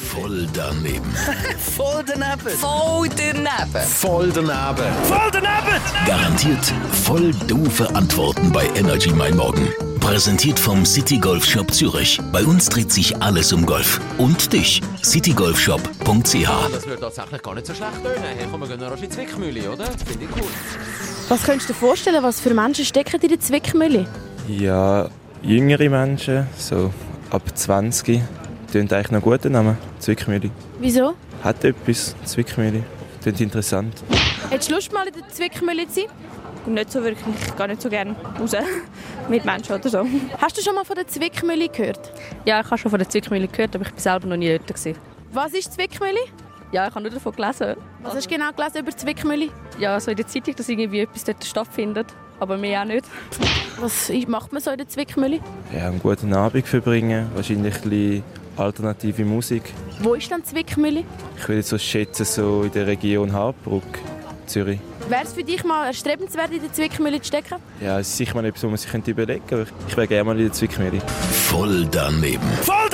Voll daneben. Voll daneben. Voll daneben. Voll daneben. Voll daneben! Garantiert voll doofe Antworten bei Energy Mein Morgen. Präsentiert vom City Golf Shop Zürich. Bei uns dreht sich alles um Golf. Und dich, citygolfshop.ch. Das würde tatsächlich gar nicht so schlecht tönen. Hey, komm, wir gehen noch in die Zwickmühle, oder? Finde ich cool. Was könntest du dir vorstellen, was für Menschen stecken in der Zwickmühle? Ja, jüngere Menschen, so ab 20, tönt eigentlich noch einen guten Namen. Zwickmühle. Wieso? Hat etwas, Zwickmühle. Tönt interessant. Hättest du Lust, mal in der Zwickmühle zu sein? Nicht so wirklich, ich gehe nicht so gerne raus mit Menschen oder so. Hast du schon mal von der Zwickmühle gehört? Ja, ich habe schon von der Zwickmühle gehört, aber ich bin selber noch nie dort. Gewesen. Was ist die Zwickmühle? Ja, ich habe nur davon gelesen. Was hast du genau gelesen über die Zwickmühle? Ja, so in der Zeitung, dass irgendwie etwas dort stattfindet, aber mir auch nicht. Was macht man so in der Zwickmühle? Ja, einen guten Abend verbringen, wahrscheinlich ein bisschen alternative Musik. Wo ist denn die Zwickmühle? Ich würde so schätzen, so in der Region Harburg, Zürich. Wäre es für dich mal erstrebenswert, in der Zwickmühle zu stecken? Ja, es ist sicher mal etwas, was man sich könnte überlegen könnte. Ich wäre gerne mal in der Zwickmühle. Voll daneben. Voll